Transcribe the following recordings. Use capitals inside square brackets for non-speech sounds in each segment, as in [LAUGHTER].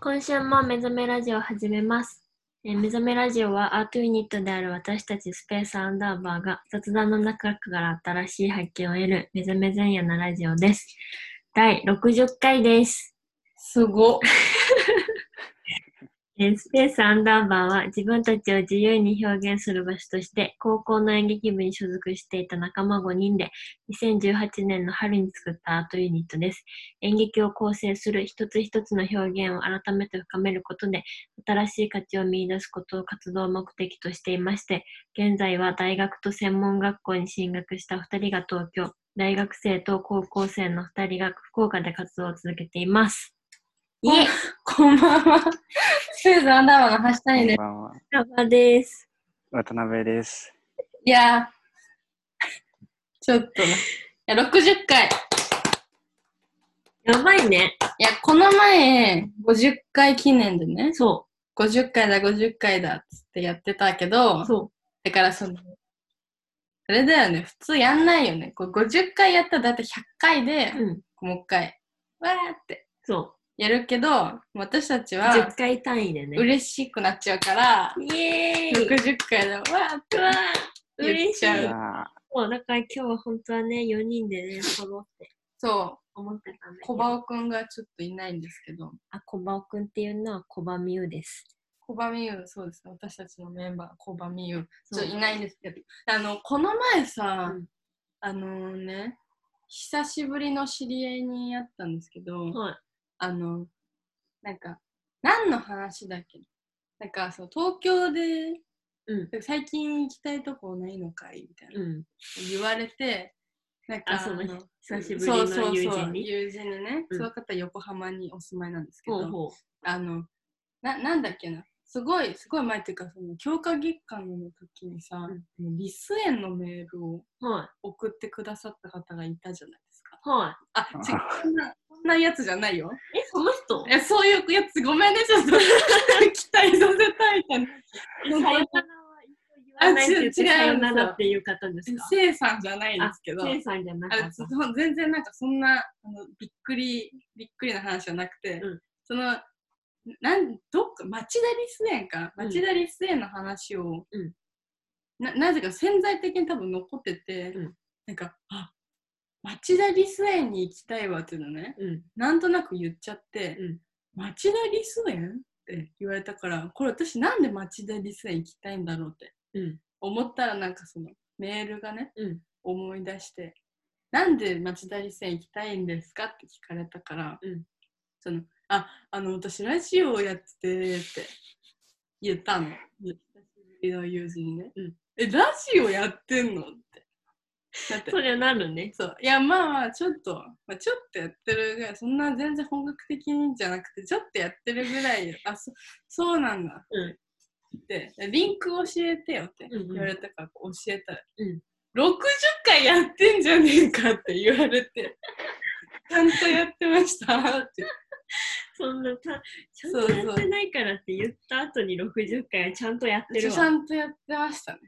今週も目覚めラジオを始めます。えー目覚めラジオはアートユニットである私たちスペースアンダーバーが雑談の中から新しい発見を得る目覚め前夜のラジオです。第60回です。すごっ。えースペースアンダーバーは自分たちを自由に表現する場所として高校の演劇部に所属していた仲間5人で2018年の春に作ったアートユニットです。演劇を構成する一つ一つの表現を改めて深めることで新しい価値を見出すことを活動目的としていまして、現在は大学と専門学校に進学した2人が東京、大学生と高校生の2人が福岡で活動を続けています。いえ、こんばんは。スペースアンダーバーの橋谷です。こんばんは。ラバです。渡辺です。いやー、ちょっとね。いや60回。いやばいね。や、この前、50回記念でね、そ50回だ、50回だっつってやってたけどう。、そだからその、あれだよね、普通やんないよね。こう50回やったらだいたい100回でう。、うん。もう一回、わーってそやるけど、私たちう。10は回単位でね。嬉しくなっちゃうから、イエーイ60回でわーってうわー嬉しい言っちゃうあそうだから今日は本当はね、4人でね、揃ってそ思ってたんだう、けど。小バオくんがちょっといないんですけど、あ、小バオくんっていうのは小バみゆです。コバミユ、そうですね、私たちのメンバー、コバミユ、ちょそっとういないんですけど、あの、この前さ、うんあのね、久しぶりの知り合いに会ったんですけど、はい。あの、なんか、何の話だっけなんか、そう、東京で、うん最近行きたいとこないのかいみたいな、うん。言われて、なんか、あそのあの久しぶりの友そうそうそ人うに。友人にね、うんその方横浜にお住まいなんですけど、ほうほう。あのななんだっけなすごいすごい前っていうかその強化月間の時にさ、リス園のメールをは送ってくださった方がいたじゃないですかい。はあ違うこんなこんなやつじゃないよい。え、その人えそういうやつごめんねちょっと [LAUGHS] 期待させたいみたいなさよならは言わないって言ってあ違さう違うよならっていう方ですかせいさんじゃないですけどせいさんじゃなあかれっそたう。全然なんかそんなあのびっくりびっくりな話じゃなくて、うんそのなんどっか町田リス園かうん町田リス園の話を、うんななぜか潜在的に多分残ってて、うんなんかあ町田リス園に行きたいわっていうのねうん。なんとなく言っちゃって、うん町田リス園って言われたからこれ私なんで町田リス園行きたいんだろうってうん。思ったらなんかそのメールがねうん。思い出して「なんで町田理線行きたいんですか?」って聞かれたから「うんそのああの私ラジオをやってて」って言ったの久しぶりの友人にね「うんえラジオやってんの?」ってだってそりゃなるね。そういやまあまあちょっと、まあ、ちょっとやってるぐらいそんな全然本格的にじゃなくてちょっとやってるぐらいよあそそうなんだうん。ってリンク教えてよってうんうん言われたからこう教えたら、うん60回やってんじゃねえかって言わ [LAUGHS] れてちゃんとやってましたって [LAUGHS] そんなた、ちゃんそうとそうやってないからって言った後に60回はちゃんとやってるちゃわ。んとやってましたね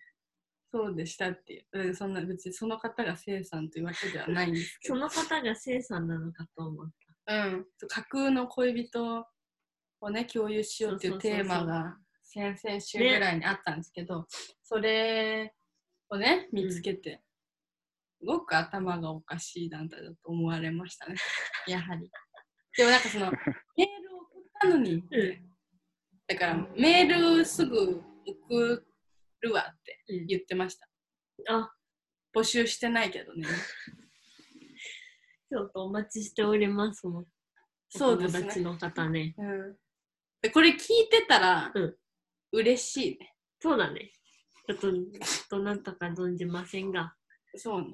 そうでしたっていううんそんな別にその方が生さんというわけではないんですけそどの方が生さんなのかと思う。うん、架空の恋人をね共有しようっていそううそうそうテそーうマが先々週ぐらいにあったんですけど、それをね見つけて、すごく頭がおかしい団体だと思われましたねやはりでもなんかそのメールを送ったのに、うだからメールすぐ送るわってうん言ってました、あ、募集してないけどねちょっとお待ちしております。そのそうでおす友ね達の方ね。うん、でこれ聞いてたら、うん嬉しいねそうだね。ちょっと、ちょっとなんとか存じませんが、そうね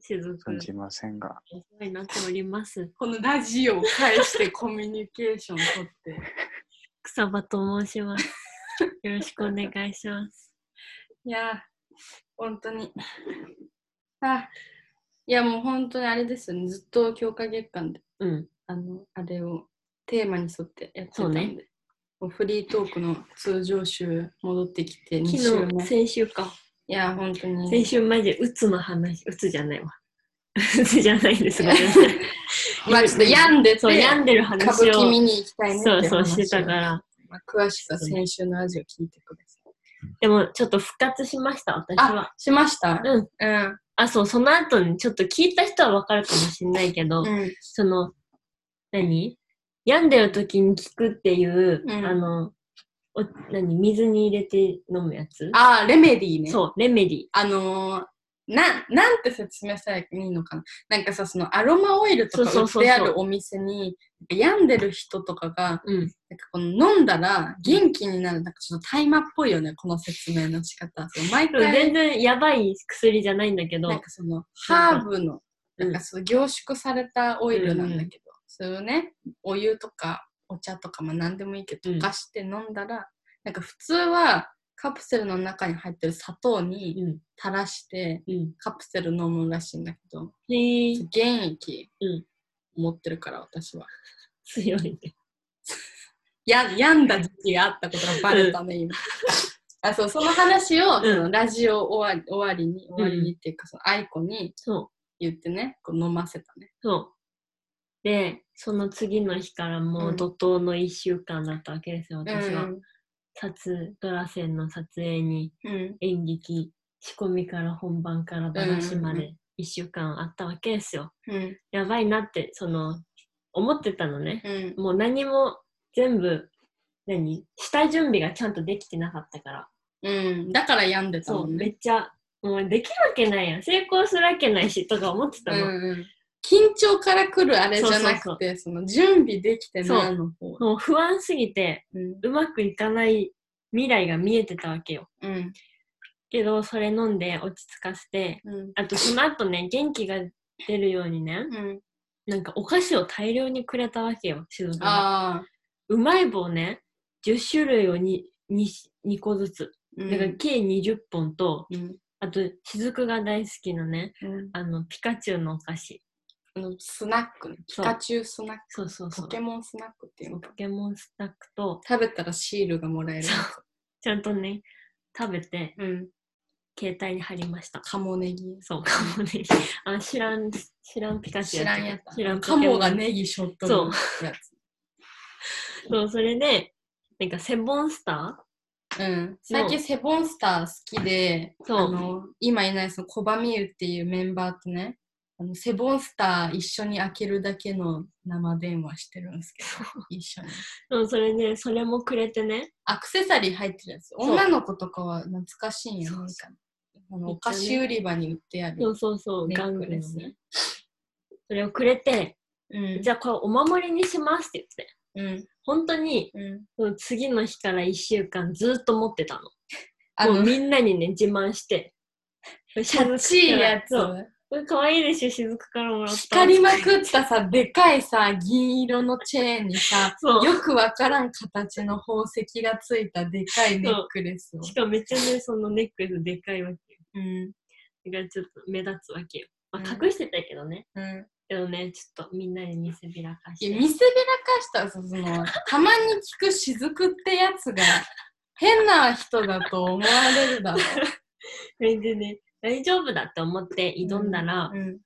所属存じませんが。お世話になっております。このラジオを介してコミュニケーション取って。草場と申し [LAUGHS] ます。よろしくお願いします。いやー、本当に。あいや、もう本当にあれですよね。ずっと強化月間で、うん。あの、あれをテーマに沿ってやってそたんで、うねもうフリートークの通常週戻ってきて2週昨日、目。い先週か。やー、本当に。 [LAUGHS] 先週マジ、うつの話、うつじゃないわ。うつじゃないです。ごめんなさい。まあちょっと病んでて、そう、歌病んでる話舞伎見を、に行きたいねっていそう話そう、してたから。まあ詳しくは先週のラジオ聞いてください。でも、ちょっと復活しました、私は。しましたうん。うん。あ、そう、その後に、ちょっと聞いた人はわかるかもしれないけど、うん。その、何病んでる時に聞くっていう、うんあの、お何水に入れて飲むやつあー、レメディーね。そう、レメディ。あのー、な、なんて説明したらいいのかななんかさ、そのアロマオイルとかそ売うっそうそうそうてあるお店に、病んでる人とかが、うん。なんかこの飲んだら元気になる、なんかちょっと大麻っぽいよね、この説明の仕方。そう毎でも全回、然やばい薬じゃないんだけどなん、かその、ハーブの、うなんんかその凝縮されたオイルなんだけど、それをね、お湯とかお茶とか、まあ何でもいいけど、うん溶かして飲んだら、なんか普通はカプセルの中に入ってる砂糖にうん。垂らして、うん。カプセル飲むらしいんだけど、へえ原液うん持ってるから、私は。強いね。や病んだ時期があったことがバレた [LAUGHS] ね、今。あそうその話を、んそのラジオ終わり終わりに、終わりにっていうか、その愛子にそう。言ってね、こう飲ませたね。そう。で、その次の日からもうんう怒涛の1週間だったわけですよ、う私は。ん。撮ドラ線の撮影にうん。演劇、仕込みから本番からバラしまうんうんで1週間あったわけですよ。うん。やばいなって、その、思ってたのね。うん。もう何も全部、何下準備がちゃんとできてなかったから。うん。だから病んでたそもう、んめね。っちゃ、もうできるわけないやん。成功するわけないし、とか思ってうたんの。うん。緊張から来るあれじゃそなうそうくて、その準備できてないの方。もう不安すぎて、うん。うまくいかない未来が見えてたわけよ。うん。けど、それ飲んで落ち着かせて、うん。あとその後ね、元気が出るようにね、うん。なんかお菓子を大量にくれたわけよ、静岡が。ああ。うまい棒ね、10種類を 2, 2, 個ずつ。うだんから計20本と、うん。あと雫が大好きなね、うんあの、ピカチュウのお菓子。あのスナックね。ピそうカチュウスナッそうそうク。そポう。ケモンスナックっていうのポケモンスタックと、食べたらシールがもらえる。ちゃんとね、食べて、うん。携帯に貼りました。カモネギ。そうかもね。あ知らん、知らんピカチュウ知らんやった。知らんカモが。ネギショットのやポケモンそう、それで、なんかセボンスタつ。うん。最近セボンスター好きで、そうあの今いないそのコバミユっていうメンバーとね、あのセボンスター一緒に開けるだけの生電話してるんですけど、一緒に。ーそう、それで、それもくれてね。アクセサリー入ってるやつ。う女の子とかは懐かしいんやそうなそあのお菓子売り場に売ってある。そうそうそう、ネガンッグクルレのスね。それをくれて、うん。じゃあこれお守りにしますって言って。うん。本当に、うん。その次の日から1週間ずっと持ってたあの。もうの、みんなにね、自慢して。キャッチーやつそ。うこれ可愛いでしょ、雫からもらった。光りまくったさ、でかいさ、銀色のチェーンにさ、そう。よくわからん形の宝石がついたでかいネックレスを。しかもめっちゃね、そのネックレスでかいわけ。うん。がちょっと目立つわけよ。まあ、うん隠してたけどね。うん。でもね、ちょっとみんなに見せびらかしいやて。見せびらかしたらさ、その、たまに聞く雫ってやつが、変な人だと思われるだろそれでね、大丈夫だって思ってう。挑んだら、うん。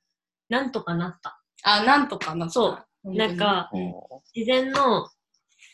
なんとかなった。あ、なんとかなった。そう本当に。なんか、お事前の、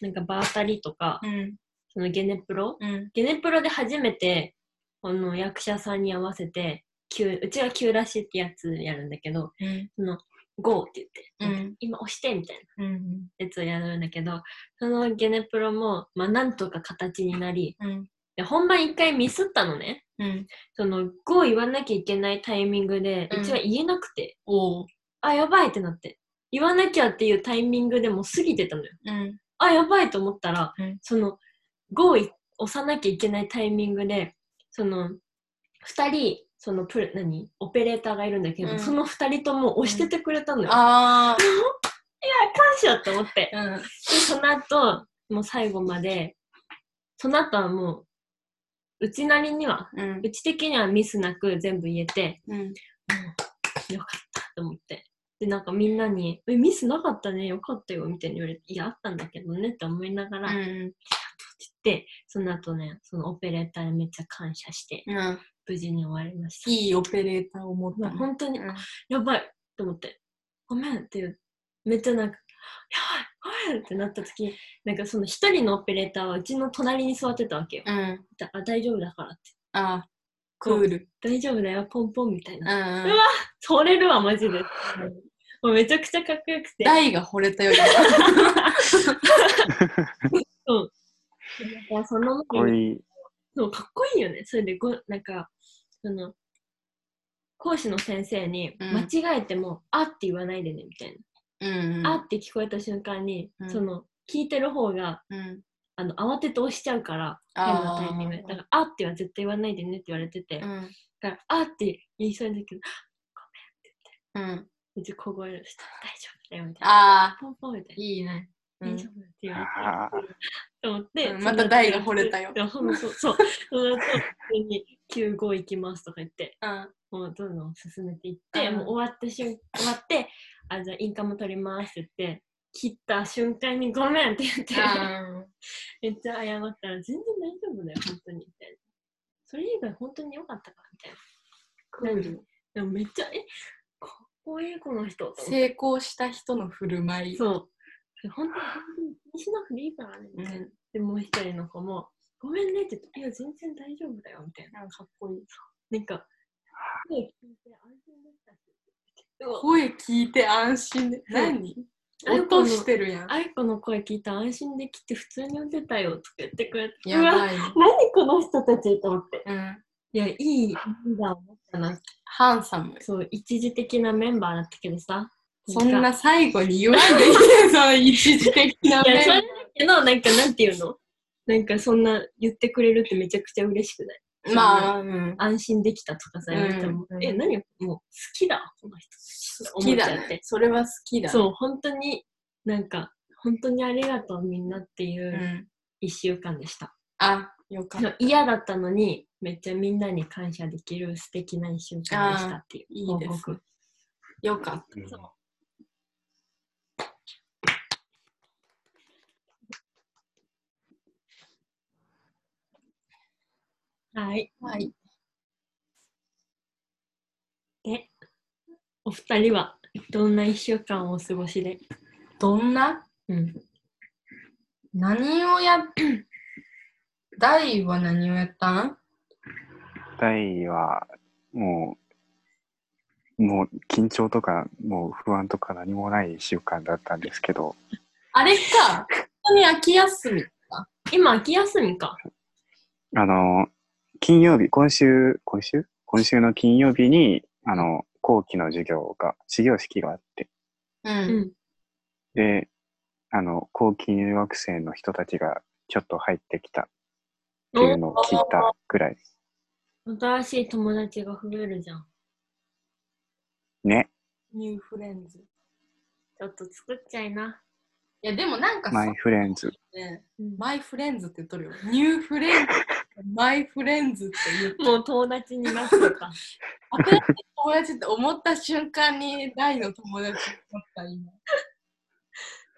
なんか場当たりとか、うん、そのゲネプロうん、ゲネプロで初めて、この役者さんに合わせて、急うちは急出しってやつやるんだけど、うん、 GO ってう言って、ん、今押してみたいなうん、やつをやるんだけど、そのゲネプロも、まあなんとか形になり、うん、で本番一回ミスったのね。うん。その「GO」言わなきゃいけないタイミングで、ううんちは言えなくておう。あやばいってなって言わなきゃっていうタイミングでもう過ぎてたのようん、あやばいと思ったら、うんその「GO」押さなきゃいけないタイミングでその2人そのプレ何オペレーターがいるんだけど、うんその2人とも押しててくれたのよ、ああ感謝って思ってあ、うん。でその後もう最後までその後はもううちなりにはうんうち的にはミスなく全部言えてうよん、かったと思って。で、なんかみんなに、え、ミスなかったね、よかったよ、みたいに言われて、いや、あったんだけどねって思いながら、って言って、その後ね、そのオペレーターにめっちゃ感謝して、うん、無事に終わりました。いいオペレーターを持っもたうね。本当に、うんやばいと思って、ごめんって言うめっちゃなんか「やばい怖い!」ってなった時なんかその一人のオペレーターはうちの隣に座ってたわけようん。だあ大丈夫だからってあクール。大丈夫だよポンポンみたいうな、ん。うわそれるわマジでもうめちゃくちゃかっこよくて大が惚れたよりなんかそのこいい。そうかっこいいよねそれでごなんかその講師の先生にうん間違えても「あ」って言わないでねみたいな [LAUGHS] う「ん。あ」って聞こえた瞬間に、うんその聞いてる方がうん。あの慌てて押しちゃうから変なあタイミングでだから「あ」っては絶対言わないでねって言われてて、ーだから「あ」って言いそうになるけどうん。うん。めっちゃ小声で [LAUGHS] した「大丈夫だよ」みたいな「あポンポン」みたーいいいね。な「大丈夫」って言われて。ああ、と思って、うんまた台が惚れたよでもほんとそう、そう、その後、普通に9、5行きますとか言って、うん。もうどんどん進めていって、うんもう終わった瞬終わって、あ、じゃあインカム取りますって言って、切った瞬間にごめんって言って、あ [LAUGHS] めっちゃ謝ったら、全然大丈夫だよ、本当に、みたいな。それ以外本当に良かったから、みたいな。クール。でもめっちゃ、え、かっこいい、この人。と思って [LAUGHS] 成功した人の振る舞い。そう。本当に気にしなくていいからね、みたいな。うんで、もう一人の子も、ごめんねって言って、いや、全然大丈夫だよ、みたいな。なんかかっこいい。なんか、声聞いて安心でしたし。うわ声聞いて安心で。何音してるやん。あいこの声聞いて安心できて、普通に打てたよとか言ってくれて、やうわ、ばいね。何この人たちと思って。うん。いや、いいリーダーを持ったな。ハンサム。そう、一時的なメンバーだったけどさ。そんな最後に言わんでいいよ、 [LAUGHS] その一時的ないや、面それだけど、なんか、なんていうのなんか、そんな言ってくれるってめちゃくちゃ嬉しくないまあ、うん。安心できたとかさ、う言んわれても、うんえ、何もう好きだ、この人。好きだ思っちゃっねて。それは好きだ。。そう、本当に、なんか、本当にありがとうみんなっていううん一週間でした。あ、よかっそた。う嫌だったのに、めっちゃみんなに感謝できる素敵な一週間でしたっていうあ報ーいいです告。よかっうんはい。た。はい。お二人は、どんな一週間をお過ごしでどんなうん。何をやっ、 [CLEARS THROAT] 大は何をやったん第は、もう、もう緊張とか、もう不安とか何もない一週間だったんですけど、あれか。本当に秋休み。今、秋休みか。あの、金曜日、今週、今週今週の金曜日に、あの、後期の授業が、始業式があって、う。うんん。で、あの、後期入学生の人たちがちょっと入ってきたっていうのを聞いたぐらい。新しい友達が増えるじゃん。ね。ニューフレンズ。いちょっと作っちゃいな。や、でもなんかマイフレンズ。ね、うんマイフレンズって言っとるよ。ニューフレンズ、マイフレンズって言う。もう友達になってた。新しい友達って思った瞬間に大の友達になった今。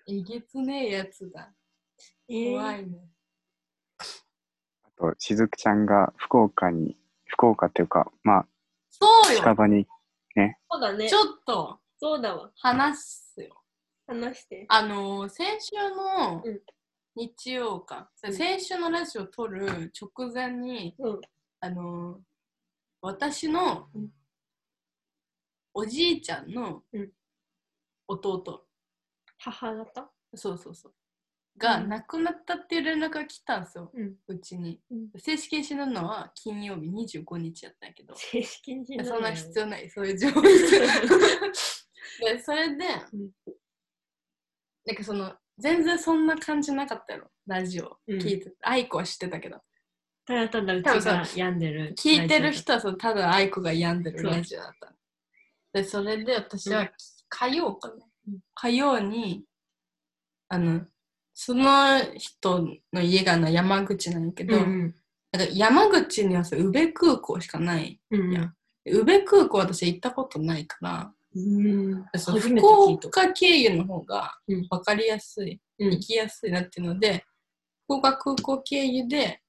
えげつねえやつだ。 [LAUGHS] 怖えいね。あと、しずくちゃんが福岡に、福岡っていうか、まあ、そう近よ場に、ーそうだねち。ょっとそうだわ。話すよ。話して。あのー、先週のうん日曜か、うん先週のラジオ撮る直前に、うん。あのー、私のうんおじいちゃんのうん弟、母方そうそうそう。が、うん亡くなったっていう連絡が来たんですよ、うん。うちに。うん正式に死ぬのは金曜日25日やったんやけど、正式に死いやそんな必要。要ない、そういう情報。 [LAUGHS] で、それで、うんなんかその、全然そんな感じなかったやろ、ラジオうん聞いて。愛子は知ってたけど、ただただうちが病んでる。聞いてる人はそのただ愛子が病んでるラジオだったの。で、それで私うは火曜かなうん。火曜に、あの、その人の家がな山口なんやけうど、ん。なんか山口にはさ、宇部空港しかない。うん。いや宇部空港私行ったことないから、うん。その初めて福聞いた。岡経由の方がうん分かりやすい、うん行きやすいなっていうので、福岡空港経由で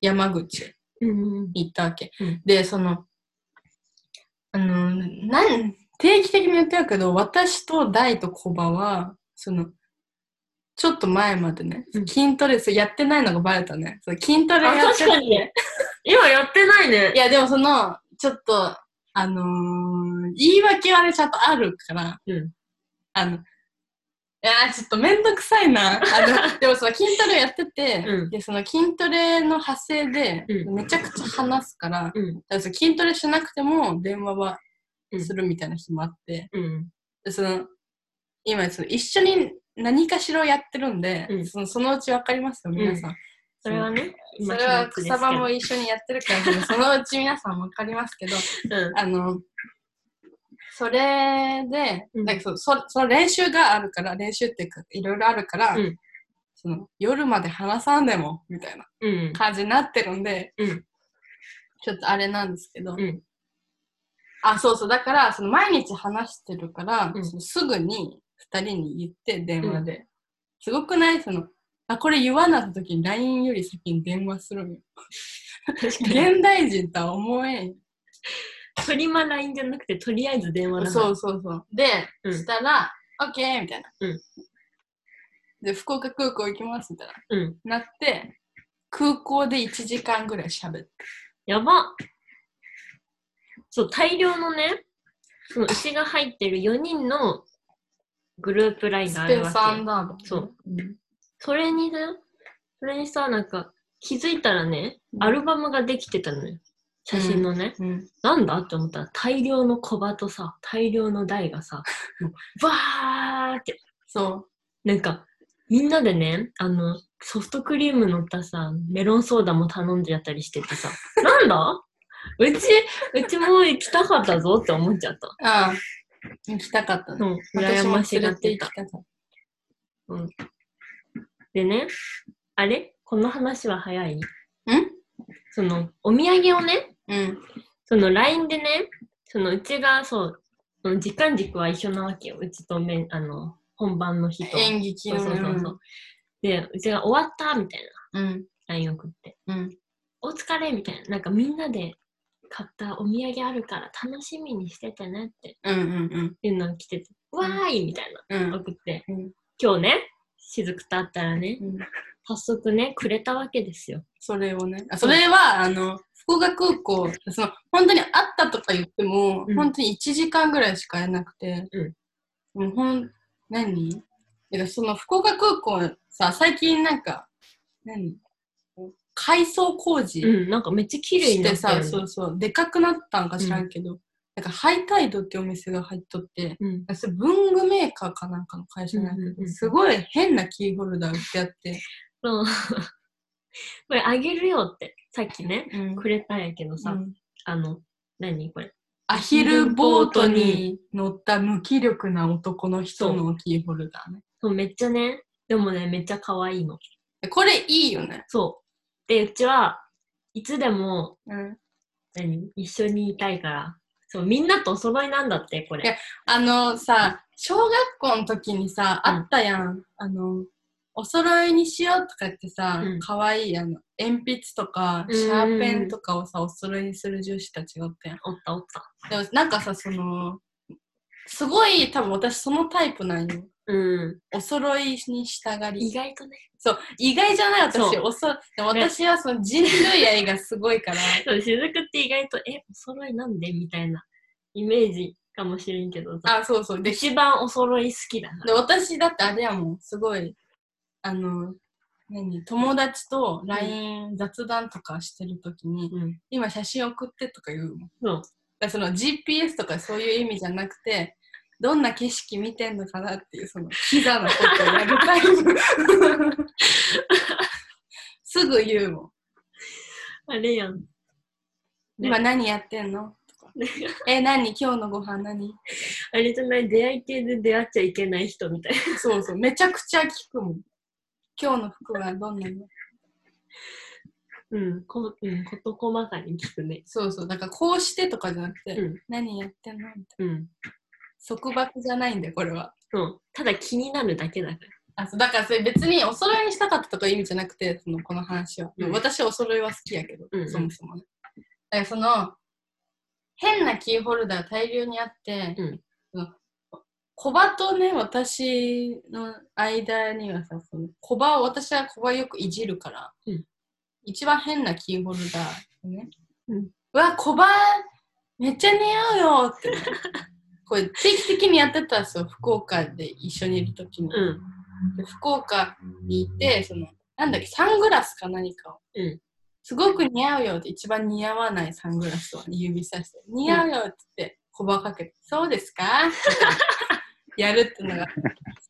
山口。うん。行ったわけ。うんで、その、あの、なん、定期的に言ってるけど、私と大とコバは、その、ちょっと前までね、うん筋トレ、それやってないのがバレたね。それ筋トレやって確かに。今やってないね。いや、でもその、ちょっと、あのー言い訳はね、ちゃんとあるから、うんあの、いやーちょっとめんどくさいな。あの [LAUGHS] でもその筋トレやってて、うんで、その筋トレの派生で、うんめちゃくちゃ話すから、だかうん。らその筋トレしなくても電話はするみたいな日もあって、うん。でその、今その一緒に何かしらをやってるんで、うんそのそのうちわかりますよ、皆さん。それはね、そ今れは草場も一緒にやってるから、そのうち皆さんわかりますけど、うん。あの、それで、うんなんかそうそその練習があるから、練習っていうか、いろいろあるから、うんその夜まで話さんでも、みたいなうん。感じになってるんで、うんちょっとあれなんですけど、うんあ、そうそう、だから、その毎日話してるから、うんそのすぐに2人に言って、電話 [LAUGHS] で。すごくないその、あ、これ言わなかった時に LINE より先に電話するんよ。確かに。現代人とは思えんよフリマ LINE じゃなくて、とりあえず電話だそうそうそう。で、うんしたら、オッケーみたいな。うんで、福岡空港行きますみたいな。う。うん。なって、空港で1時間ぐらい喋って。やばそう、大量のね、その牛が入ってる4人のグループ LINE がスあペるーわスアンけ。ダーバー。そう。うん。それにね、それにさ、なんか、気づいたらねう、んアルバムができてたのよ。写真のね。うん、なんだって思ったら、大量の小バとさ、大量の台が [LAUGHS] さ、もうバーって、そなんか、みんなでね、あの、ソフトクリーム乗ったさ、メロンソーダも頼んじゃったりしててさ、 [LAUGHS] なんだうち、うちも行きたかったぞって思っちゃった。う。ああ。行きたかったうね。ん、羨ましがってた私。も連れ行きたかっでね、あれこの話は早いた。んその、お土産をね、うん。その LINE でね、そのうちがそう、その時間軸は一緒なわけよ。うちとめん、あの、本番の日と。演劇そうの。そうそうそう。で、うちが終わったみたいうん。な LINE 送って。うん。お疲れみたいな、なんかみんなで買ったお土産あるから楽しみにしててねってうん。うん。いうのが来てて、わーいみたいうん。うな、ん。送って、うん今日ね、しずくと会ったらね、うん早速ね、くれたわけですよ。それをね。あそれは、あの、福岡空港、その、本当に会ったとか言っても、うん本当に1時間ぐらいしか会えなくて、うもうほん、何えその、福岡空港さ、最近なんか、何改装工事うん、なんかめっちゃ綺麗しになてったさ、よ、ね。そうそう、でかくなったんか知らんけど、なんか、ハイタイドってお店が入っとって、うん。それ文具メーカーかなんかの会社なんだけどうんうんうん [LAUGHS] すごい変なキーホルダー売ってあって、そうこれあげるよって、さっきね、うんくれたんやけどさ、うんあの、何これ。アヒルボートに乗った無気力な男の人のキーホルダーね。そう、めっちゃね、でもね、めっちゃ可愛いの。これいいよね。そう。で、うちはいつでもうん、何一緒にいたいから。そう、みんなとお揃いなんだって、こいやれ。あのさ、小学校の時にさ、うんあったやん。あの、お揃いにしようとかってさうん、可、愛、いあの、鉛筆とか、うんシャーペンとかをさ、お揃いにする女子たちがおったやん。おったおった。でもなんかさ、その、すごい多分私そのタイプなんよ。うん。お揃いに従り意。外とね。そう、意外じゃないそ私、うおそでも私はその人類愛がすごいから、そう、しずくって意外と、え、お揃いなんでみたいなイメージかもしれんけどさ。あ、そうそう。で、一番お揃い好きだな。で私だってあれやもん、すごい、あの、何、友達と LINE、雑談とかしてるときに、うん。今写真送ってとか言うもん。そう。だからその GPS とかそういう意味じゃなくて、どんな景色見てんのかなっていう、その、キザなことをやるタイプ。 [LAUGHS] すぐ言うもん。あれやん。ね今何やってんのとか。え、何今日のご飯何あれじゃない、出会い系で出会っちゃいけない人みたいな。そうそう、めちゃくちゃ聞くもん。今日の服はどんなのうん。こうん、こと細かに聞くね。そうそう、だからこうしてとかじゃなくて、うん何やってんのみたいな。うん。束縛じゃないんだよ、これは。そう。ただ気になるだけだから。あそうだからそれ別にお揃いにしたかったとかいう意味じゃなくて、そのこの話は。うん私はお揃いは好きやけど、うんうんそもそもね。だからその、変なキーホルダー大量にあって、うんそのコバとね、私の間にはさ、そのコバを、私はコバよくいじるから、うん一番変なキーホルダー、ね。うんわ、コバ、めっちゃ似合うよってね、これ定期的にやってたんですよ、福岡で一緒にいるときに。うん。で福岡にいてそのなんだっけサングラスか何かを、うんすごく似合うよって一番似合わないサングラスを指さして似合うよって言って小ばかけて「そうです [LAUGHS] か?」やるっていうのがす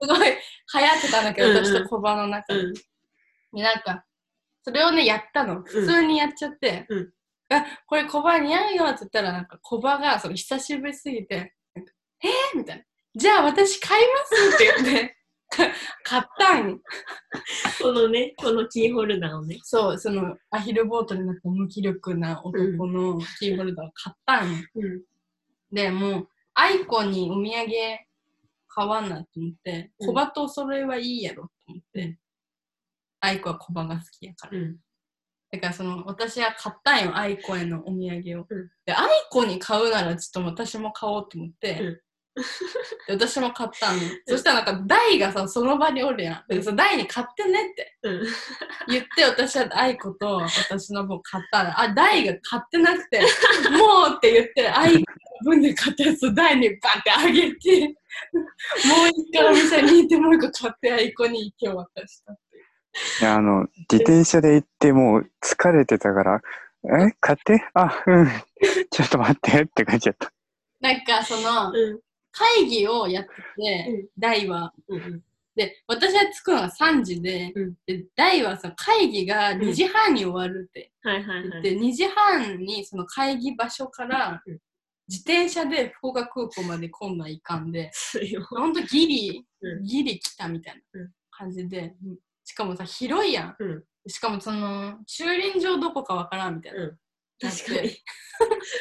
ごい流行ってたんだけどうんうん私と小バの中うで,、ん。なんかそれをねやったの普通にやっちゃって「うんあこれ小バ似合うよ」って言ったらなんか小バがその久しぶりすぎて「なんかえー?」みたいな「じゃあ私買います」って言って買ったんこのね、このキーホルダーをね。そう、そのアヒルボートになった無気力な男のキーホルダーを買ったんようん。で、もう、アイコにお土産買わんなと思って、うんコバとお揃いはいいやろと思って、うんアイコはコバが好きやから。うん。だからその、私は買ったんよ、アイコへのお土産を。うんで、アイコに買うならちょっと私も買おうと思って、うんで私も買ったんよ。そしたらなんか、ダイがさ、その場におるやん。で、そのダイに買ってねって。うん。言って私は愛子と私の分買ったらあ大が買ってなくて「もう」って言って愛子の分で買ったやつを大にバンってあげてもう一回お店に行ってもう一個買って愛子に今日渡したっていういやあの自転車で行ってもう疲れてたから「え買ってあうん [LAUGHS] ちょっと待って」って感じやったなんかそのうん。会議をやってうんて大はうん。で私は着くのが3時でうんで大はさ会議が2時半に終わるってはいはいはい。で2時半にその会議場所からうん自転車で福岡空港まで今度はいかんでですよ。ほんとギリう、ギリ来たみたいうんな感じで、しかもさ、広いやん。うん。しかもその、駐輪場どこかわからんみたいうな。ん確かに。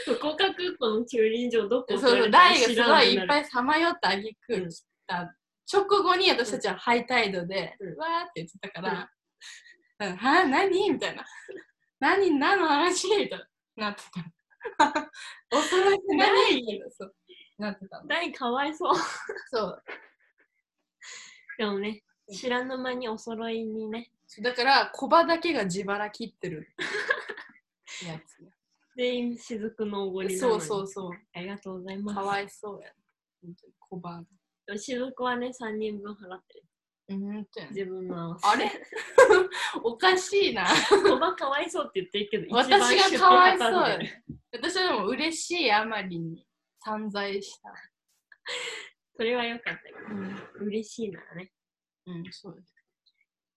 福岡空港の駐輪場どこでそうそう、台がすごいいっぱいさまよってあげくうん来た。直後に私たちはハイ態度で、うんわーって言ってたから、うん、はぁ、何みたいな。何、何の話みたいな。なってた。 [LAUGHS] おそろいじゃないみたいな。そうなってたの。台かわいそう。そう。でもね、知らぬ間にお揃いにね。そうだから、小バだけが自腹切ってるやつね。全員雫のおごりなのそうにそうそう。ありがとうございます。かわいそうや。本当に小バ。でも雫はね、3人分払ってる。うんとやね自分の合 [LAUGHS] わせ。あれおかしいな。おばかわいそうって言ってるけど、私がかわいそうやね。私はでも嬉しいあまりに散財した。それは良かったけうん、ど、嬉しいならね。うん、そうです。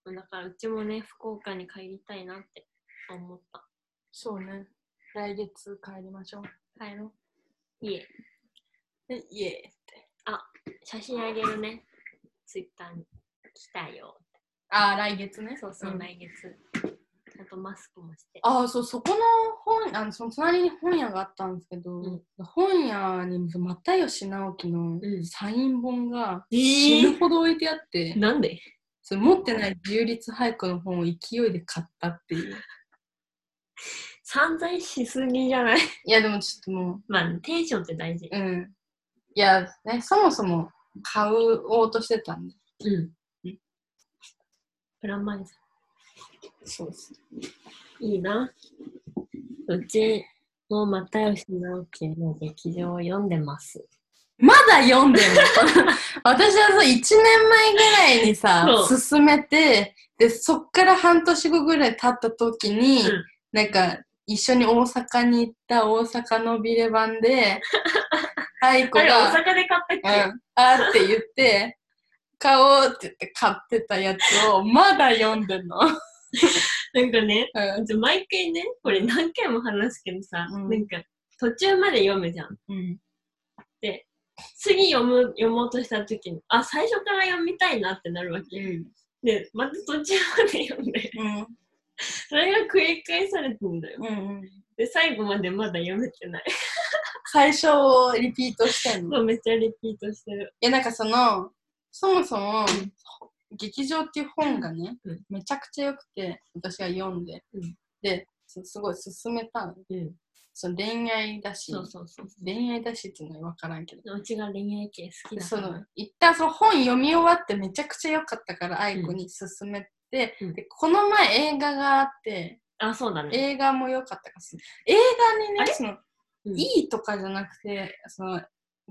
だからうちもね、福岡に帰りたいなって思った。そうね。来月帰りましょう。帰ろう。いえ、えイエーって。写真あげるね。ツイッターに。来たよ。あー、来月ね。そうそう、ん来月。ちゃんとマスクもして。ああ、そう、そこの本、あの、その隣に本屋があったんですけど、うん本屋にその又吉直樹のうんサイン本がえ死ぬほど置いてあって、なんでその持ってない自由律俳句の本を勢いで買ったっていう。散財しすぎじゃないいや、でもちょっともまあ、テンションって大事う、。うん。いや、ね、そもそも買おうとしてたんで。うん。プラマイズ。そうです。いいな。うちの又吉直樹の劇場を読んでます。まだ読んでるの私はそう1年前ぐらいにさそ、進めて、で、そっから半年後ぐらい経った時に、うんなんか、一緒に大阪に行った大阪のビレ版 [LAUGHS] で、愛こ子れ大が、阪で買ったっうん、あーって言って、買おうって言って買ってたやつをまだ読んでんの。うけ、なんかね、ん。うち毎回ね、これ何回も話すけどさ、うんなんか途中まで読むじゃん。うん。次読む、読もうとした時に、あ、最初から読みたいなってなるわけ。で、また途中まで読んで、 [LAUGHS] うん。それが繰り返されてんだよ。うん。で、最後までまだ読めてない。最初をリピートしてんの。いそうめっちゃリピートしてる。や、なんかその、そもそも、劇場っていう本がね、うんめちゃくちゃ良くて、私が読んで、うんで、すすごい勧めたの。うん。その恋愛だしそうそうそうそ恋愛だしっていうのは分からんけどう。うちが恋愛系好きだそから。の一旦その本読み終わってめちゃくちゃ良かったから愛子に勧めて、うんでこの前映画があってあ、そうだね。映画も良かったからその映画にあねれそのうんいいとかじゃなくてその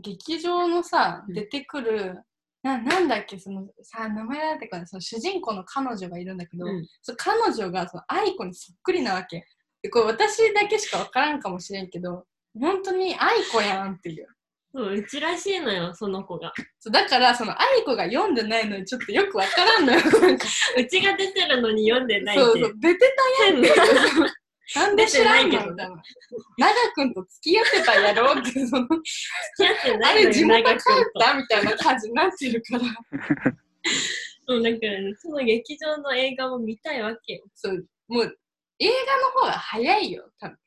劇場のさうん出てくる、ななんだっけそのさ名前なんてかないその主人公の彼女がいるんだけど、うんその彼女がその愛子にそっくりなわけでこれ私だけしか分からんかもしれんけど本当に愛子やんっていう。そう、うちらしいのよ、その子が。そうだからその愛子が読んでないのにちょっとよくわからんのよなんかうちが出てるのに読んで [LAUGHS] ないそうっそていうう出て変な。たなんで知らん出てないけのどみたいな長くんと付き合ってたやろって [LAUGHS] その付き合ってなあいれ地元帰長っくんとたみたいな感じになって [LAUGHS] るからそう、だからね、その劇場の映画も見たいわけよ。そうもう映画の方が早いよ多分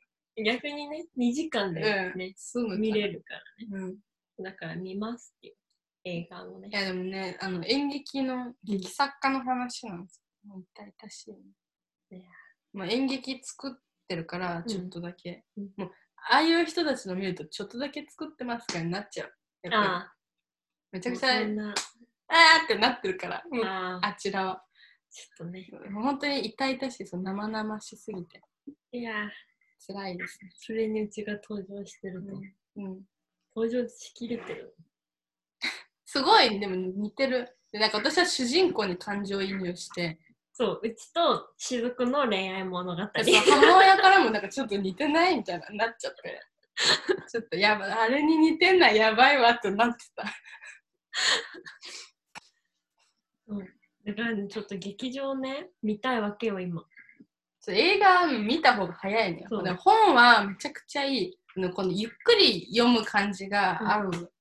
逆にね、2時間でね、住むから見れるから。うんだから見ますっていう映画をいね。やでもねあの演劇の劇作家の話なんですよもう痛々しいいねやまあ、演劇作ってるからんちょっとだけ、うんもうああいう人たちの見るとちょっとだけ作ってますからになっちゃうやっぱりああ、めちゃもうくちゃあそーんな、ってなってるから、もうあああ、ちらはちょっとね。もう本当に痛々しいその生々しすぎていやー、辛いですね、それにうちが登場してると。うん、登場しきれてる。すごいでも似てるでなんか私は主人公に感情移入してそう、うちと雫の恋愛物語。そう母親からもなんかちょっと似てないみたいななっちゃってちょっとやばあれに似てんなやばいわってなってただからね、ちょっと劇場ね、見たいわけよ、今。そう映画見た方が早いねそうで本はめちゃくちゃいいあのこのゆっくり読む感じが合う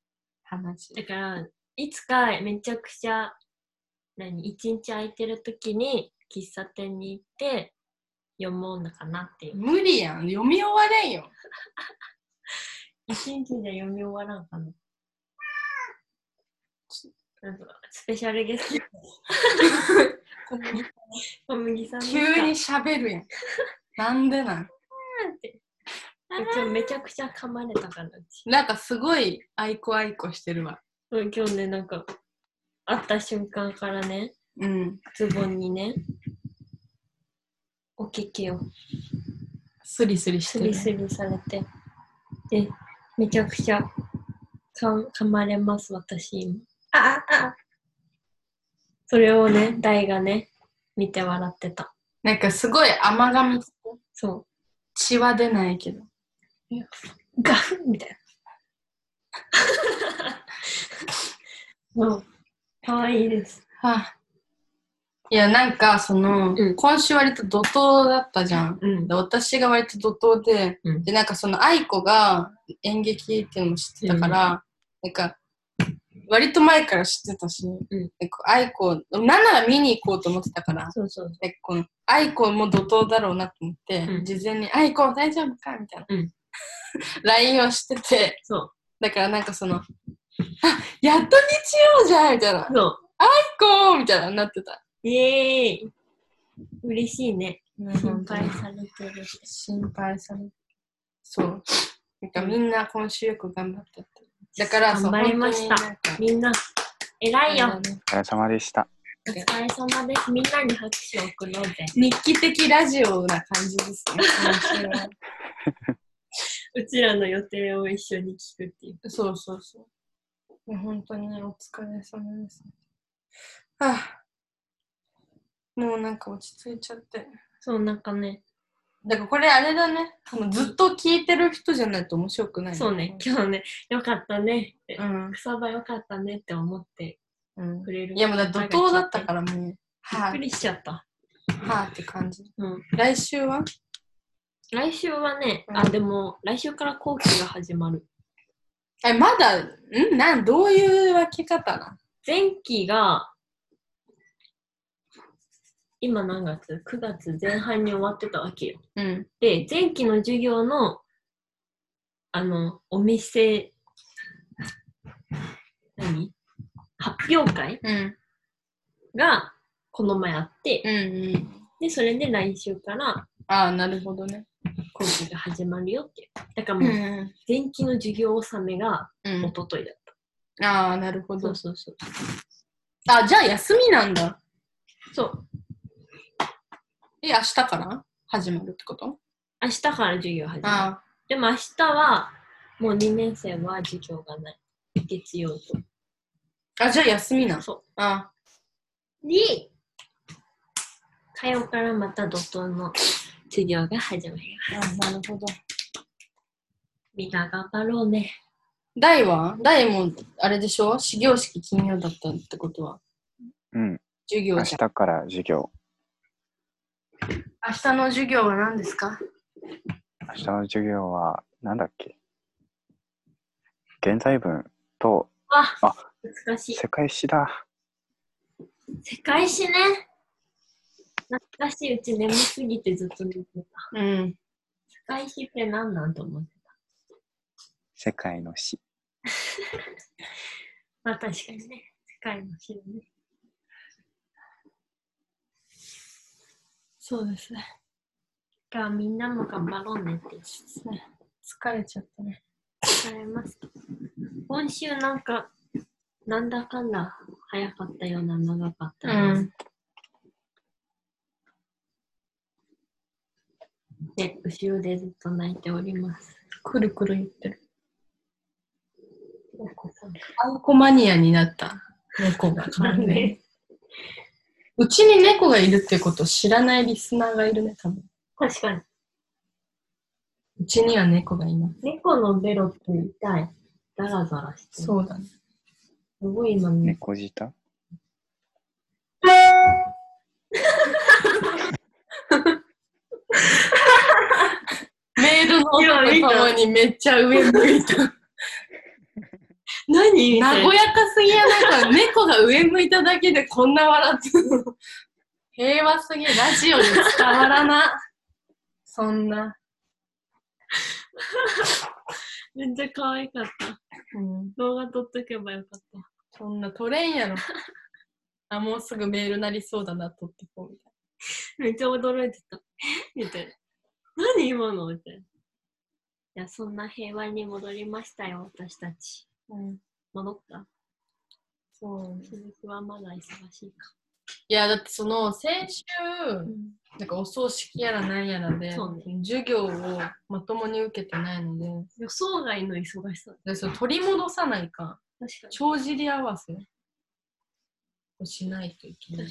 話、だから、いつかめちゃくちゃ、何、一日空いてる時に、喫茶店に行って、読もうのかなっていう。無理やん読み終われんよ一日じゃ読み終わらんかな。なんとか、スペシャルゲスト、小麦さんでした急に喋るやんなんでなんって。うちめちゃくちゃ噛まれたから、うち。なんかすごいあいこあいこしてるわうん今日ね、なんか、会った瞬間からね、うんズボンにね、おけけをスリスリしスてるリスリされて、で、めちゃくちゃか噛まれます、私今。あああそれをね、大がね、見て笑ってた。なんかすごい甘がみそ血は出ないけどう。ガフンみたいな。そう。かわいいです。はいやなんかその、うん今週割と怒涛だったじゃんうんで。私が割と怒涛で、うんでなんかその愛子が演劇っていうのも知ってたから、なんか割と前から知ってたし、んなんか愛子なんなら見に行こうと思ってたからそうそう。でこの愛子も怒涛だろうなと思って、うん事前に「愛子大丈夫か?」みたいな、うん [LAUGHS] LINE をしててそう。だからなんかその「あやっと日曜じゃん!」みたいな「そう。こう!」みたいななってた。イエーイ嬉しいね。心心配されてる。心配されるそうなんかみんな今週よく頑張っててだからそう頑張りました本当にみんな、偉いなんよか。お疲れ様でした。お疲れ様です。みんなに拍手を送ろうぜ。日記的ラジオな感じですね今週はうちらの予定を一緒に聞くっていう。そうそうそういや本当にお疲れ様ですはあもうなんか落ち着いちゃってそう、なんかね、だからこれあれだねあのずっと聞いてる人じゃないと面白くないそうね、今日ね、よかったねってう、ん、草場よかったねって思ってうんく、れる。。いやもうだ怒涛だったかららもうはあびっくりしちゃった。はあって感じうん。来週は来週はね、うんあ、でも、来週から後期が始まる。え、まだ、んなん、どういう分け方な前期が、今何月 ?9 月前半に終わってたわけよ。うん。で、前期の授業の、あの、お店、何発表会うん。が、この前あって、うん。うん。で、それで来週からああ、なるほどね。講義が始まるよって。だからうもう、ん前期の授業納めがうん一昨日だった。ああ、なるほそどう。そうそう。あ、じゃあ休みなんだ。そう。え、明日から始まるってこと明日から授業始まる。あでも明日は、もう2年生は授業がない。月曜と。あ。あ、じゃあ休みなん。そあう。で、火曜からまた怒涛の授業が始まります。あ、なるほど。みんな頑張ろうね。大は大も、あれでしょ始業式金曜だったってことは。うん。授業明じ日ゃん。から授業。明日の授業は何ですか明日の授業は、なんだっけ現在文とあ、あ難しい。世界史だ。世界史ね。懐かしいうち眠すぎてずっと寝てた。うん。世界史って何なんと思って。世界の史。まあ確かにね。世界の史だね。そうですね。だからみんなも頑張ろうねって疲れちゃったね。言われます。今週なんか、なんだかんだ早かったような長かったような。うんで、後ろでずっと泣いております。くるくる言ってる。お子さんあんこマニアになった。猫がなんでうちに猫がいるってことを知らないリスナーがいるね、多分。確かに。うちには猫がいます。猫のベロって痛い。ザラザラしてる。そうだね。すごい今ね。猫舌メールの音とともにめっちゃ上向いた。何和やかすぎやないか、猫が上向いただけでこんな笑ってるの。平和すぎ、ラジオで伝わらな。そんな。めっちゃ可愛かった。うん、動画撮っとけばよかっそんな取れんやろ。あ、もうすぐメールなりそうだな、取ってこうみたいた。 [LAUGHS] めっちゃ驚いてた。 [LAUGHS] えみたいな。何今のみたいな。いや、そんな平和に戻りましたよ、私たち。な。うん、戻ったそう。鈴木はまだ忙しいか。いや、だってその、先週、なんかお葬式やらなんやらで、そう授業をまともに受けてないので、予想外の忙しさ。でそれ取り戻さないか、確か帳尻合わせをしないといけない。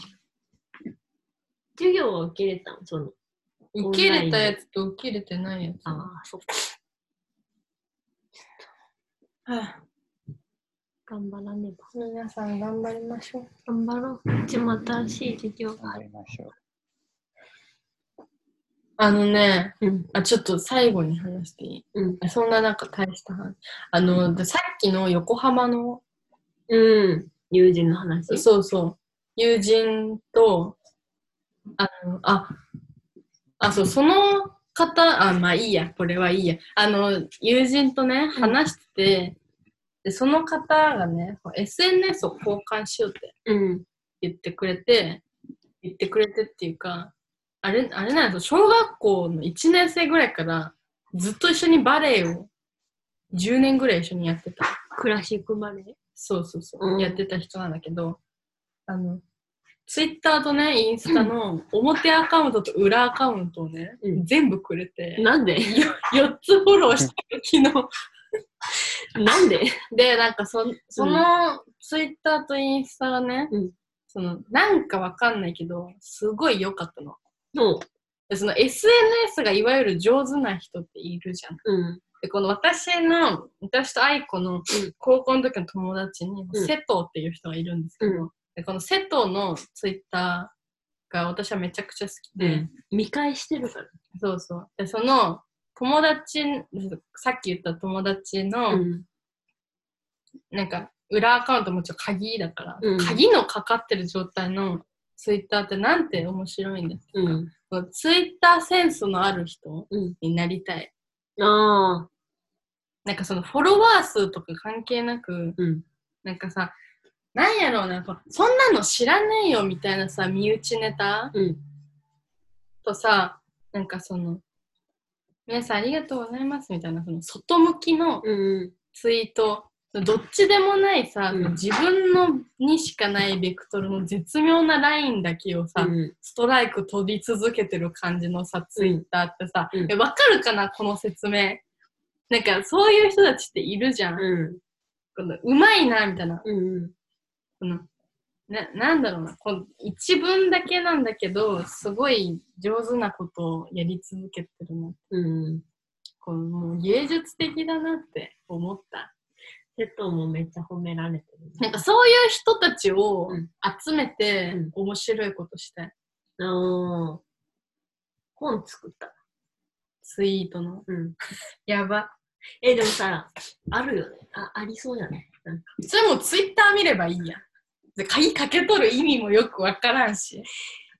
授業は受けれたのその。受け入れたやつと受け入れてないやつ。はああ、そっか。あ頑張らねば。皆さん頑張りましょう。頑張ろう。うちも新しい授業が頑あ張る。りましょう。あのね、うん。あちょっと最後に話していいうん。あそんななんか大した話。あの、でさっきの横浜の、うん。友人の話。そうそう、友人と、あの、あ、あ、そう、その方、あ、まあいいや、これはいいや。あの、友人とね、話してて、でその方がね、SNS を交換しようってうん。言ってくれて言ってくれてっていうかあれあれなんですよ小学校の1年生ぐらいからずっと一緒にバレエを10年ぐらい一緒にやってたクラシックバレエ。そうそうそう、うんやってた人なんだけどあのツイッターとねインスタの表アカウントと裏アカウントをね、うん全部くれてなんで4つフォローした時のなんで [LAUGHS] で、なんかそ、そのツイッターとインスタがね、うんその、なんかわかんないけど、すごい良かったの。そう。で、その SNS がいわゆる上手な人っているじゃん。うん。で、この私の、私と愛子の高校の時の友達に、ん瀬戸っていう人がいるんですけど、うんでこの瀬戸のツイッターが私はめちゃくちゃ好きで、うん見返してるから。そうそう。で、その、友達、さっき言った友達の、ん。なんか、裏アカウントもちょっと鍵だから、うん鍵のかかってる状態のツイッターってなんて面白いんだっけ、うん。ツイッターセンスのある人うんになりたい。ああ。なんかそのフォロワー数とか関係なく、うん。なんかさ、なんやろうな、こうそんなの知らねえよみたいなさ、身内ネタうん。とさ、なんかその、皆さんありがとうございますみたいな、その外向きのうんツイート、どっちでもないさ、うん自分のにしかないベクトルの絶妙なラインだけをさ、うんストライク取り続けてる感じのさ、ツイッターってさ、うんえわ、かるかなこの説明。なんか、そういう人たちっているじゃん。うんこのうまいな、みたいな。うんこのななんだろうなこの一文だけなんだけどすごい上手なことをやり続けてるなうんこのもう芸術的だなって思った瀬戸もめっちゃ褒められてなんかそういう人たちをうん集めてうん面白いことしたい、るああ本作ったツイートのうんやばえでもさあるよねあありそうじゃないなんかそれもツイッター見ればいいやんで鍵かけとる意味もよくわからんし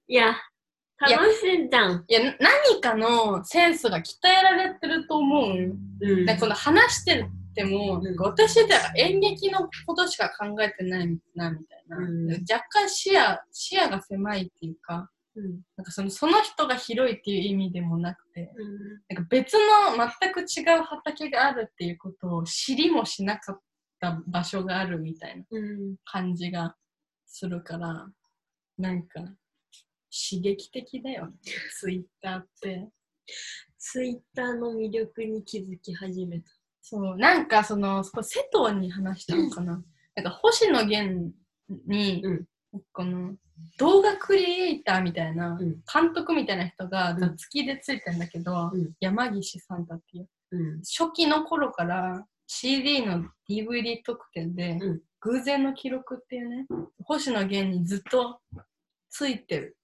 いやいや楽しんじゃんいやな何かのセンスが鍛えられてると思うん、うんなんかこの話してるっても、うん私って演劇のことしか考えてないな、みたいな。うん若干視野、視野が狭いっていうか、うんなんかそのその人が広いっていう意味でもなくて、うんなんか別の全く違う畑があるっていうことを知りもしなかった場所があるみたいなうん感じがするから、なんか刺激的だよね、ツイッターって。ツイッターの魅力に気づき始めた。そう、なんかその、そこ瀬戸に話したのかな。なんか星野源に、うんこの動画クリエイターみたいな、うん監督みたいな人がん座付きでついてんだけど、うん山岸さんだっていう。うん。初期の頃から CD の DVD 特典で、うん偶然の記録っていうね、星野源にずっとついてる、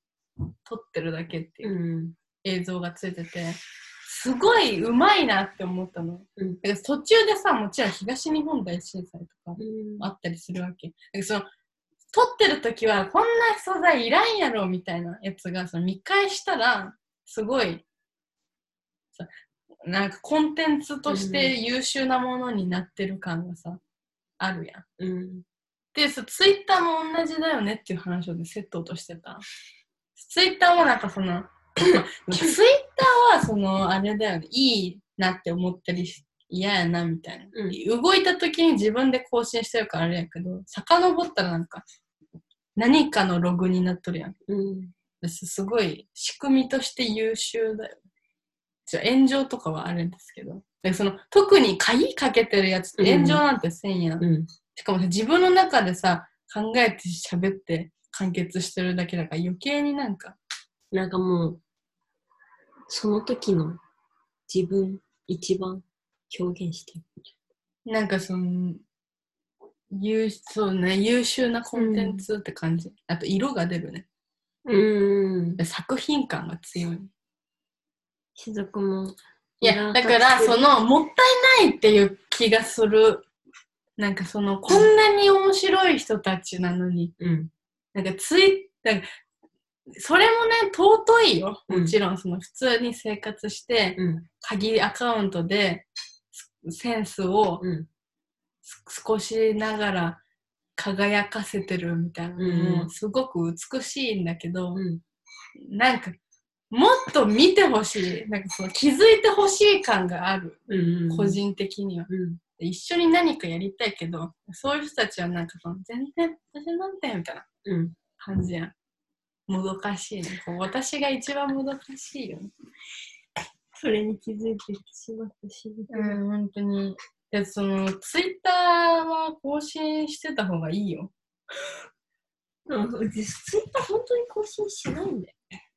撮ってるだけっていう。うん。映像がついててすごいうまいなって思ったの、うんだから途中でさもちろん東日本大震災とかうんあったりするわけだからその撮ってる時はこんな素材いらんやろみたいなやつがその見返したらすごいさなんかコンテンツとして優秀なものになってる感がさ、あるやんうん。で、そうツイッターも同じだよねっていう話をね、セットとしてた。ツイッターもなんかその、まあツイッターはその、あれだよね、いいなって思ったりし嫌やなみたいな。うん動いた時に自分で更新してるからあれやけど、遡ったらなんか、何かのログになっとるやん。うん。すすごい、仕組みとして優秀だよ。ちょ炎上とかはあれですけど。でその特に鍵かけてるやつって炎上なんてせんやんうん。しかもさ、自分の中でさ、考えて喋って完結してるだけだから余計になんか、なんかもう、その時の自分一番表現してる。なんかその、優そうね、優秀なコンテンツって感じ。あと色が出るね。うん。作品感が強い。しずくも。いや、だからその、もったいないっていう気がする。なんかその、こんなに面白い人たちなのに、うん。なんかツイなんかそれもね、尊いよ。うんもちろん、その普通に生活して、うん。鍵アカウントでスセンスをうん。す少しながら輝かせてるみたいなのうもんすごく美しいんだけど、うん。なんかもっと見てほしいなんかその気づいてほしい感がある、うん。個。人的にはうん。で一緒に何かやりたいけどそういう人たちはなんかその全然私なんてみたいなうん。感じやんもどかしいねこう私が一番もどかしいよねそれに気づいてしまったしずくうも。ん、本当に。で、その、ツイッターは更新してた方がいいよ。うん。うちツイッター本当に更新しないんだよ。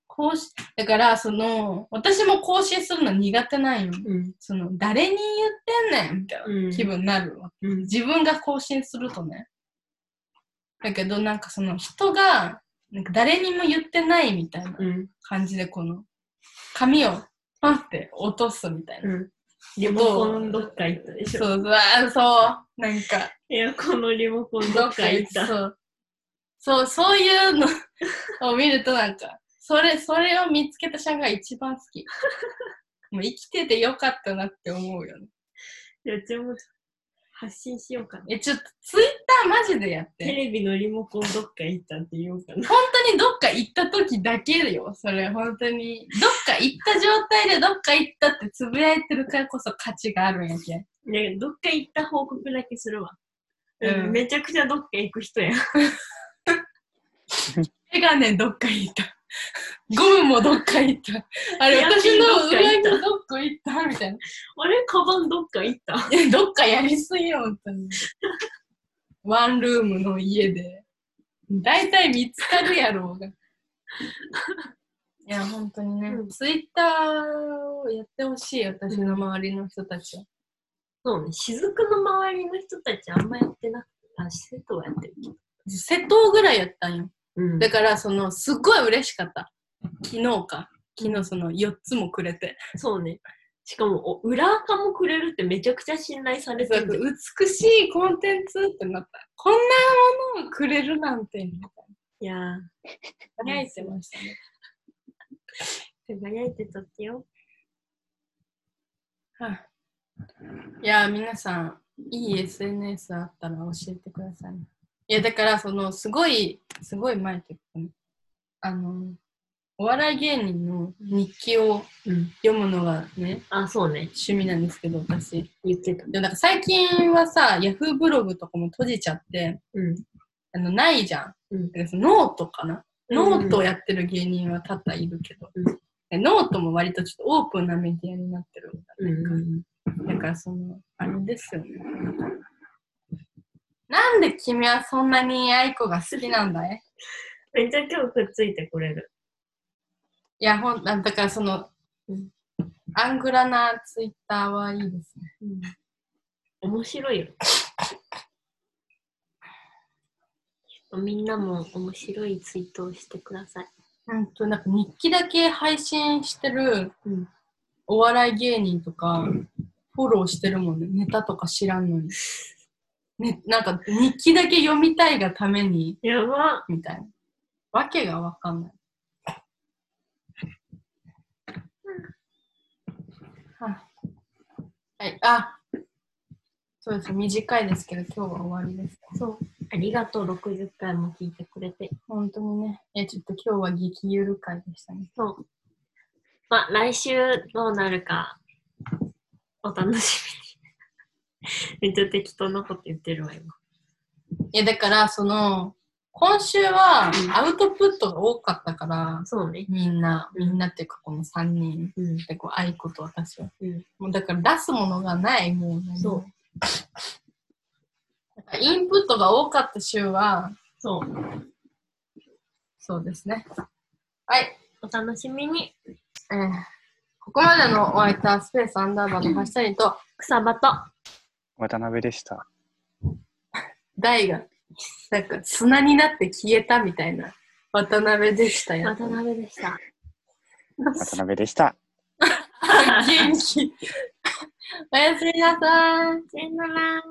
更新、だから、その、私も更新するの苦手なんよ。うん。その、誰に言ってんねんみたいうんな気分になるわ。うん。自分が更新するとね。だけど、なんかその、人が、なんか誰にも言ってないみたいなうん。感じで、この、髪をパンって落とすみたいな。うん。リモコンどっか行ったでしょ。そう、うわーそう、なんか、エアコンのリモコンどっか行った。そう。そう、そういうのを見るとなんか、それ、それを見つけた社が一番好 [LAUGHS] き。もう生きててよかったなって思うよね。いや、うちも発信しようかな。え、ちょっとツイッターマジでやっテて。レビのリモコンどっか行ったって言おうか [LAUGHS] な。本当にどっか行った時だけよ、それ、本当に。どっか行った状態でどっか行ったってつぶやいてるからこそ価値があるんやけ。ね、どっか行った報告だけするわ。うんめちゃくちゃどっか行く人や。メガネどっか行った。ゴムもどっか行った。あれ、ヘアピ私ンのど上着っか行ったどっか行ったみたいな。あれカバンどっか行ったいやどっかやりすぎよ、本当に。ワンルームの家で。大体見つかるやろうが。いや、本当にね、うんツイッターをやってほしい、私の周りの人たちは。そうね、雫の周りの人たちあんまやってなくて、あ、生徒はやってる。瀬戸ぐらいやったんよ。うんだから、その、すっごい嬉しかった。昨日か。昨日、その、4つもくれて。そうね。しかも、お裏垢もくれるってめちゃくちゃ信頼されてる。美しいコンテンツってなった。こんなものをくれるなんて、みたいいやー、な。輝いてましたね。輝いてたってよ。はい。いや、皆さん、いい SNS あったら教えてくださいね。いや、だから、その、すごい、すごい前っていうかねあの、お笑い芸人の日記をうん。読むのがね、あ、そうね。趣味なんですけど、私。言ってた。でもなんか最近はさ、ヤフーブログとかも閉じちゃって、うん。あのないじゃん。うんだからそのノートかな。ノートをや。やってる芸人は多々いるけど、うんでノートも割とちょっとオープンなメディアになってるみたうんいな。うん。だからその、あれですよね。なんで君はそんなに愛子が好きなんだいめっちゃ今日くっついてくれる。いや、ほん、だからそのうん、アングラなツイッターはいいですね。面白いよ。みんなも面白いツイートをしてください。うんと、なんか日記だけ配信してるうんお笑い芸人とか、フォローしてるもんね。ネタとか知らんのに。ね、なんか日記だけ読みたいがために、やば。みたいな。わけがわかんない。はい。はい、あそうです。短いですけど、今日は終わりです。そう。ありがとう、60回も聞いてくれて。本当にね。え、ちょっと今日は激ゆる会でしたね。そう。まあ、来週どうなるか、お楽しみに。めっちゃ適当なこと言ってるわ、今。いや、だから、その、今週はアウトプットが多かったから、そうね。みんな、みんなっていうか、この3人。うん。で、こう、愛子と私は。うんもうだから出すものがない、もうね。そうなんかインプットが多かった週は、そう。そうですね。はい。お楽しみに。えーここまでのお相手はスペースアンダーバーのハッシュタリと、草場と。渡辺でした。大が、なんか砂になって消えたみたいな、渡辺でしたよ。渡辺でした。渡辺でした。 [LAUGHS] 元気。おやすみなさい。さよなら。